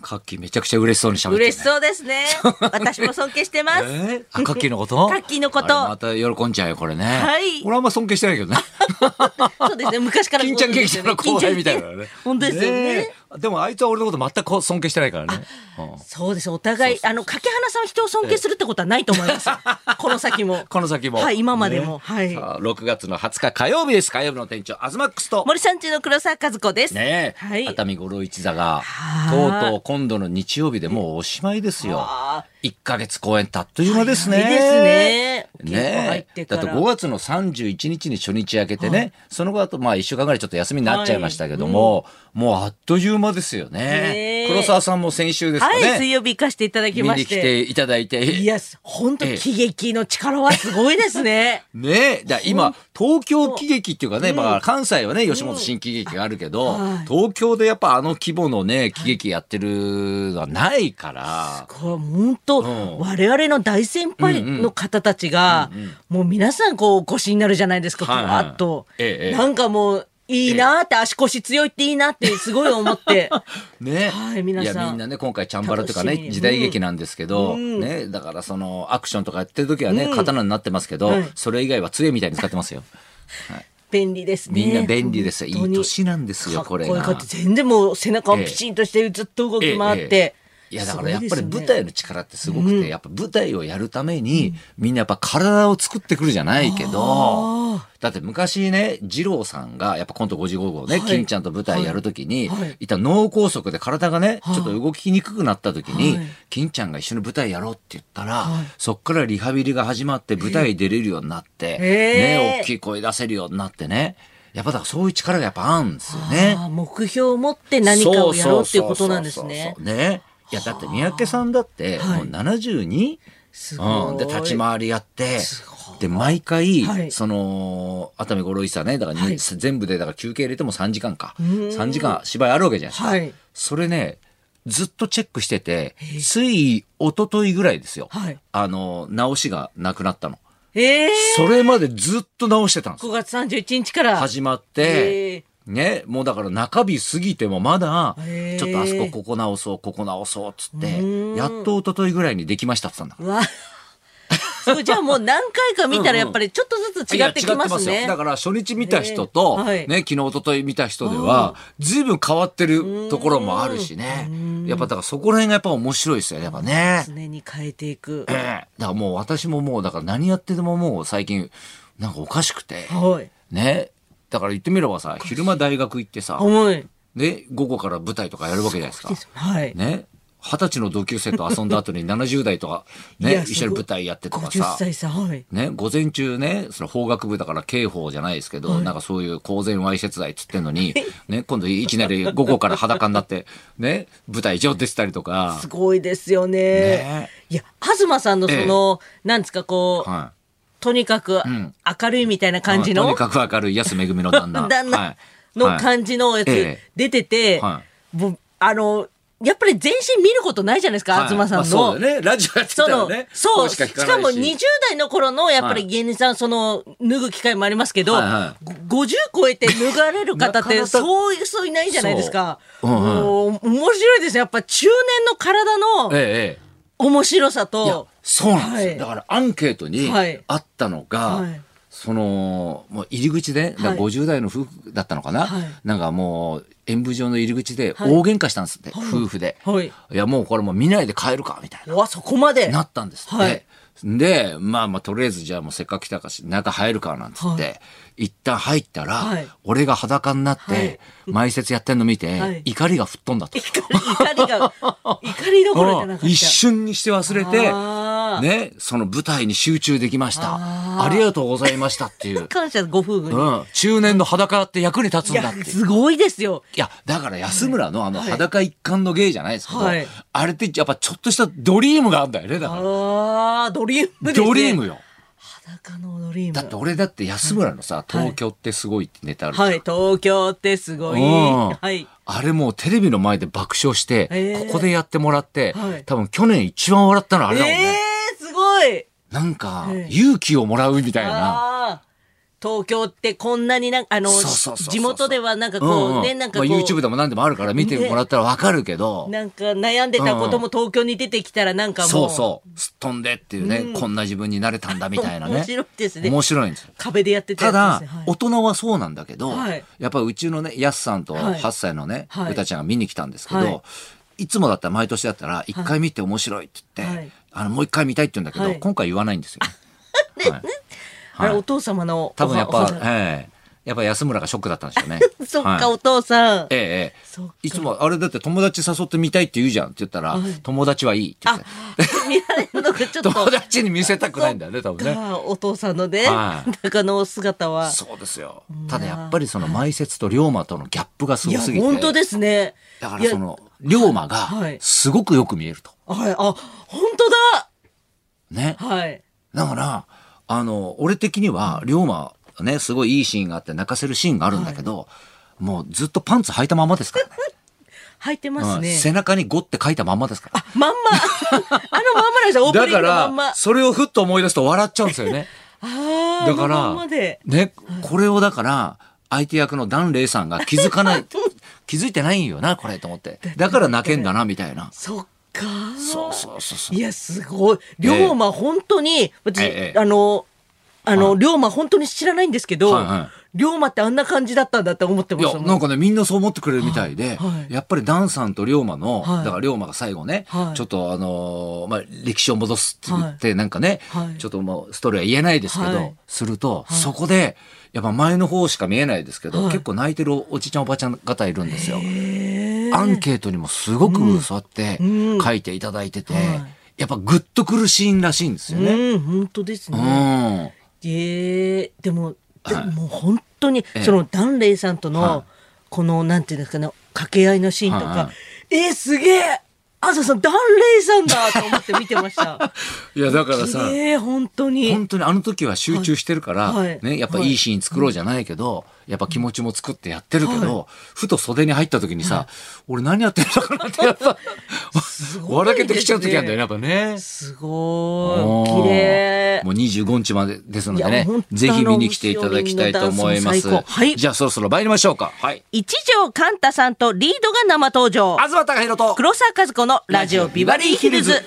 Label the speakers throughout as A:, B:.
A: カッキーめちゃくちゃ嬉しそうに喋って、ね。
B: 嬉しそうですね。私も尊敬してます。
A: えーあカッキーのこと
B: カッキーのこ
A: あれ
B: と
A: ま。た喜んじゃうよ、これね。
B: はい
A: 俺あんま尊敬してないけどね。
B: そうですね。昔から
A: 金ちゃん劇場 の後輩みたいなのね。
B: 本当ですよね。
A: えでもあいつは俺のこと全く尊敬してないからね。うん
B: そうです。お互い、あの、掛花さんを人を尊敬するってことはないと思 いますよ。この先も。
A: この先も。
B: はい、今までも。
A: ね
B: はい。
A: さあ6月の20日火曜日です。火曜日の店長、アズマックスと。
B: 森さん中の黒沢和子です。
A: ねえ、
B: はい
A: 熱海五郎一座がとう
B: はい
A: とう今度の日曜日でもうおしまいですよ
B: あ
A: 1か月公演たっという間ですね、
B: 早いですね稽古入
A: ね
B: っ
A: え
B: てか
A: だっ
B: ら
A: て5月の31日に初日明けてね、その後あとまあ1週間ぐらいちょっと休みになっちゃいましたけども、もうあっという間ですよね
B: ねえ
A: 黒沢さんも先週ですか
B: はい、
A: ね、
B: 水曜日行かせていただき
A: 見
B: ま
A: に
B: し
A: 来て
B: て。
A: いただいて
B: いや、本当
A: ええ。
B: 喜劇の力はすごいですね
A: ねえ、だから今、東京喜劇っていうかね、
B: ん
A: まあ関西はね、吉本新喜劇があるけど、
B: はい
A: 東京でやっぱあの規模のね、喜劇やってるのはないから、
B: これは本当、
A: ん
B: 我々の大先輩の方たちが、もう皆さんこうお越しになるじゃないですか、ふ
A: はいはい
B: わっと、
A: ええええ
B: なんかもう、いいなーって、足腰強いっていいなってすごい思 って。
A: ね。
B: はい皆さん
A: や、みんなね、今回チャンバラとか
B: 楽し
A: ね、
B: み
A: 時代劇なんですけど、
B: うん
A: ね、だからその、アクションとかやってる時はね、
B: うん
A: 刀になってますけど、
B: はい
A: それ以外は杖みたいに使ってますよ。
B: 便利ですね。
A: みんな便利ですよ。い
B: 本
A: い
B: 当に
A: 年なんですよ、これ
B: かっこよ
A: が
B: かっ。た全然もう背中をピチンとしてずっと動き回って。
A: いやだからやっぱり
B: す
A: 舞
B: ごいですよね
A: 台の力ってすごくて、やっぱ舞台をやるために、みんなやっぱ体を作ってくるじゃないけど
B: あ
A: だって昔ね二郎さんがやっぱコント55号ね、
B: はい
A: 金ちゃんと舞台やる時に、
B: はいはいい、
A: た脳梗塞で体がね、
B: はい
A: ちょっと動きにくくなった時に、
B: はい
A: 金ちゃんが一緒に舞台やろうって言ったら、
B: はい
A: そっからリハビリが始まって舞台出れるようになって、
B: え
A: ね
B: え
A: 大きい声出せるようになってねやっぱだからそういう力がやっぱあるんですよね。
B: あー目標を持って何かをやろうっていうことなんです
A: そう
B: ね
A: そ。うそうそうねいやだって三宅さんだって
B: は
A: も
B: い
A: う 72?
B: す
A: うん、
B: ご
A: で
B: い。
A: 立ち回りやって
B: すごい
A: で毎回、
B: はい
A: その熱海五郎一さんねだからに、
B: はい
A: 全部でだから休憩入れても3時間か
B: ーん
A: 3時間芝居あるわけじゃないですか、
B: はい
A: それねずっとチェックしててつい一昨日ぐらいですよ、
B: はい
A: あの直しがなくなったの
B: ええ
A: それまでずっと直してたんです
B: 5月31日から。
A: 始まって、
B: えー
A: ね、もうだから中日過ぎてもまだ、
B: へー
A: ちょっとあそこここ直そう、ここ直そうっつって
B: う、ーん
A: やっと一昨日ぐらいにできましたって言ったんだから。
B: うわ。そうじゃあもう何回か見た
A: うんうん
B: らやっぱりちょっとずつ違ってきます
A: いや違って
B: ね。
A: だから初日見た人と、
B: ねはい
A: ね、昨日一昨日見た人では、随分変わってるところもあるしね。やっぱだからそこら辺がやっぱ面白いですよね、やっぱね。
B: 常に変えていく。
A: ええだからもう私ももう、だから何やっててももう最近、なんかおかしくて、
B: はい。
A: ね。だから言ってみればさ、昼間大学行ってさ、
B: 重い。
A: で、午後から舞台とかやるわけじゃないですか。
B: はい。
A: ね二十歳の同級生と遊んだ後に70代とか、
B: い
A: ね、
B: やすごい
A: 一緒に舞台やってとか
B: 50
A: さ、
B: 歳さ、はい。
A: ね、午前中ね、その法学部だから刑法じゃないですけど、なんかそういう公然わいせつ罪っつってんの に、ね、今度いきなり午後から裸になって、ね、舞台上出てたりとか
B: す、ごいですよね。
A: ね
B: いや、東さんのその、なんですか、こう、
A: は
B: とにかく
A: ん。
B: 明るいみたいない感じの、
A: とにかく明るい安めぐみの旦那。
B: 旦
A: はい
B: 那の感じのや
A: はい
B: つ
A: ええ
B: 出てて、
A: は
B: もうあの、やっぱり全身見ることないじゃないですか、
A: はい
B: 東さ
A: ま
B: んの。
A: あそうだよね。ラジオやってた
B: そ
A: ら
B: の
A: ね。
B: そう
A: 声
B: し
A: か聞な
B: か
A: い
B: も20代の頃のやっぱ
A: は
B: り芸人さんその脱ぐ機会もありますけど、
A: はいは
B: ご50超えて脱がれる方っ
A: なかな
B: て
A: か
B: そういそういないじゃないですか、
A: そううんうん
B: もう面白いですねやっぱ中年の体
A: え
B: の
A: えええ。
B: 面白さ
A: いや
B: と
A: そうなんですよ、
B: はい
A: だからアンケートに
B: はい
A: あったのが、
B: はい
A: そのもう入り口で、だから
B: はい
A: 50代の夫婦だったのかな、
B: はい
A: なんかもう演舞場の入り口で
B: はい
A: 大喧嘩したんですって、夫婦で、
B: はい
A: いやもうこれもう見ないで帰るかみたいな
B: うわそこまで
A: なったんですって。
B: はい
A: で、まあまあ、とりあえずじゃあもうせっかく来たからし、中入るかなんつって、
B: は
A: 一旦入ったら、
B: はい
A: 俺が裸になって、
B: はい
A: 埋設やってんの見て、
B: はい
A: 怒りが吹っ飛んだと。
B: 怒りが怒りどころじゃなかった
A: 一瞬にして忘れて
B: あ、ー
A: ね、その舞台に集中できました。あ
B: あー。
A: りがとうございましたっていう
B: 感謝ご夫婦に、
A: うん、中年の裸って役に立つん
B: い
A: だ
B: や
A: っていう。
B: すごいですよ
A: いや、だから安村のあの裸一貫の芸じゃないですけど、
B: はい
A: あれってやっぱちょっとしたドリームがあるんだよね、だから。
B: あードリームですね
A: ドリームよ。
B: 裸のドリーム
A: だって俺だって安村のさ、東京ってすごいってネタあるじゃん
B: はい東京ってすごい
A: うん
B: はい
A: あれもうテレビの前で爆笑して、
B: えー
A: ここでやってもらって、
B: はい
A: 多分去年一番笑ったのあれだもんね。
B: えー、すごい
A: なんか
B: ええ
A: 勇気をもらうみたいな。
B: ああ東京ってこんなになんか、あの、
A: そうそうそうそう
B: 地元ではなんかこう、
A: んん
B: ね、なんか
A: ま
B: こ
A: あ、
B: う、
A: YouTube でも何でもあるから見てもらったらわかるけど、
B: なんか悩んでたことも東京に出てきたらなんかもう、
A: そうそうすっ飛んでっていうね、こんな自分になれたんだみたいなね
B: 面白いですね
A: 面白いんですよ
B: 壁でやってた
A: た
B: や
A: だ、
B: つですねはい
A: 大人はそうなんだけど、
B: はい
A: やっぱうちのね、やすさんと
B: はい
A: 8歳のね、
B: はいう
A: たちゃんが見に来たんですけど、
B: はい
A: い、つもだったら毎年だったら、1回見て面白いって言って、
B: はい
A: あの、もう1回見たいって言うんだけど、
B: はい
A: 今回言わないんですよ。はい
B: あれ、
A: はい
B: お父様のお
A: 多分やっぱ、
B: お。
A: ええやっぱ安村がショックだったんでしょうね
B: そっか、
A: はい
B: お父さん。
A: えええ
B: そっか
A: え、いつも、あれだって友達誘ってみたいって言うじゃんって言ったら、友達はいいって言っ
B: あ
A: て、
B: 見られるのがちょっと。
A: 友達に見せたくないんだよね、多分ね。
B: がお父さんのね、
A: はい
B: 中のお姿は。
A: そうですよ。ただやっぱりその前説と龍馬とのギャップがす
B: い
A: ご
B: や、
A: すぎて。
B: 本当ですね。
A: だか
B: い
A: ら
B: や
A: そ。の、龍馬
B: はい
A: が、すごくよく見えると。
B: はい、あ、本当だ
A: ね。
B: はい。
A: だから、あの、俺的には、龍馬、ね、すごいいいシーンがあって泣かせるシーンがあるんだけど、もうずっとパンツ履いたままですから ね。
B: 履いてます
A: うん
B: ね。
A: 背中に5って書いたままですから。
B: まんま、あのまんまなんですよ、オープニ
A: だ
B: ング
A: か
B: のまんま
A: ら、。それをふっと思い出すと笑っちゃうんですよね。
B: ああ、
A: だか
B: あのまんま
A: ら
B: で、。
A: ね、これをだから、相手役のダンレイさんが気づか ない、気づいてないんよな、これと思って。だから泣けんだな、みたいな。
B: そっか。
A: そうそうそうそう。
B: いや、すごい。龍馬、本当に、私、
A: ええ
B: あの、あの、龍馬、本当に知らないんですけど、
A: はいは
B: 龍馬ってあんな感じだったんだって思って
A: い
B: まし
A: や、
B: た
A: な
B: も
A: ん
B: ん。
A: かね、みんなそう思ってくれるみたいで、
B: はいはい
A: やっぱりダンさんと龍馬の、
B: はい
A: だから龍馬が最後ね、
B: はい
A: ちょっとあのーまあ、歴史を戻すって言って、なんかね、
B: はい
A: ちょっともうストーリーは言えないですけど、
B: はい
A: すると、そこで、やっぱ前の方しか見えないですけど、
B: はい
A: 結構泣いてるおじちゃんおばちゃん方いるんですよ。アンケートにもすごくそうやって
B: うん
A: 書いていただいてて、
B: はい
A: やっぱグッとくるシーンらしいんですよね。
B: うん、本当です
A: う
B: ね。
A: ん。
B: ええでも、で
A: はい
B: もう本当に、
A: ええ
B: そのダンレイさんとの、
A: は
B: この、なんていうんですかね、掛け合いのシーンとか、
A: はいはい
B: えーすげえあささん、ダンレイさんだと思って見て ました。
A: いや、だからさ、
B: 綺麗、本当に。
A: 本当にあの時は集中してるから、
B: はいはい
A: ね、やっぱいいシーン作ろうじゃないけど、やっぱ気持ちも作ってやってるけど、ふと袖に入った時にさ、俺何やってるのかなってやっぱ、
B: すごいですね
A: 笑けてきちゃう時あるんだよね、やっぱね。
B: すご
A: お
B: い。
A: ー
B: 綺麗
A: も。う25日までですので
B: いや
A: ね
B: 本当、
A: ぜひ見に来ていただきたいと思います。
B: あの塩見のダンスも最高はい
A: じゃあそろそろ参りましょうか。はい。
B: 一条カンタさんとリードが生登場。
A: 東隆弘と、
B: 黒沢和子のラジオビバリーヒルズ。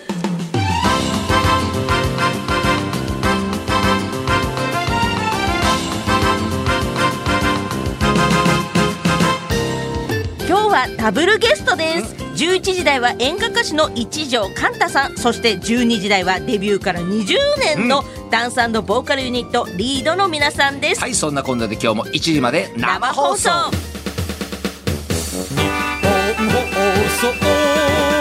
B: 今日はダブルゲストです11時台は演歌歌手の一条寛太さんそして12時台はデビューから20年のダンスボーカルユニットリードの皆さんです、
A: はい、そんなこんなで今日も1時まで生放送。
B: 生放送
A: 放送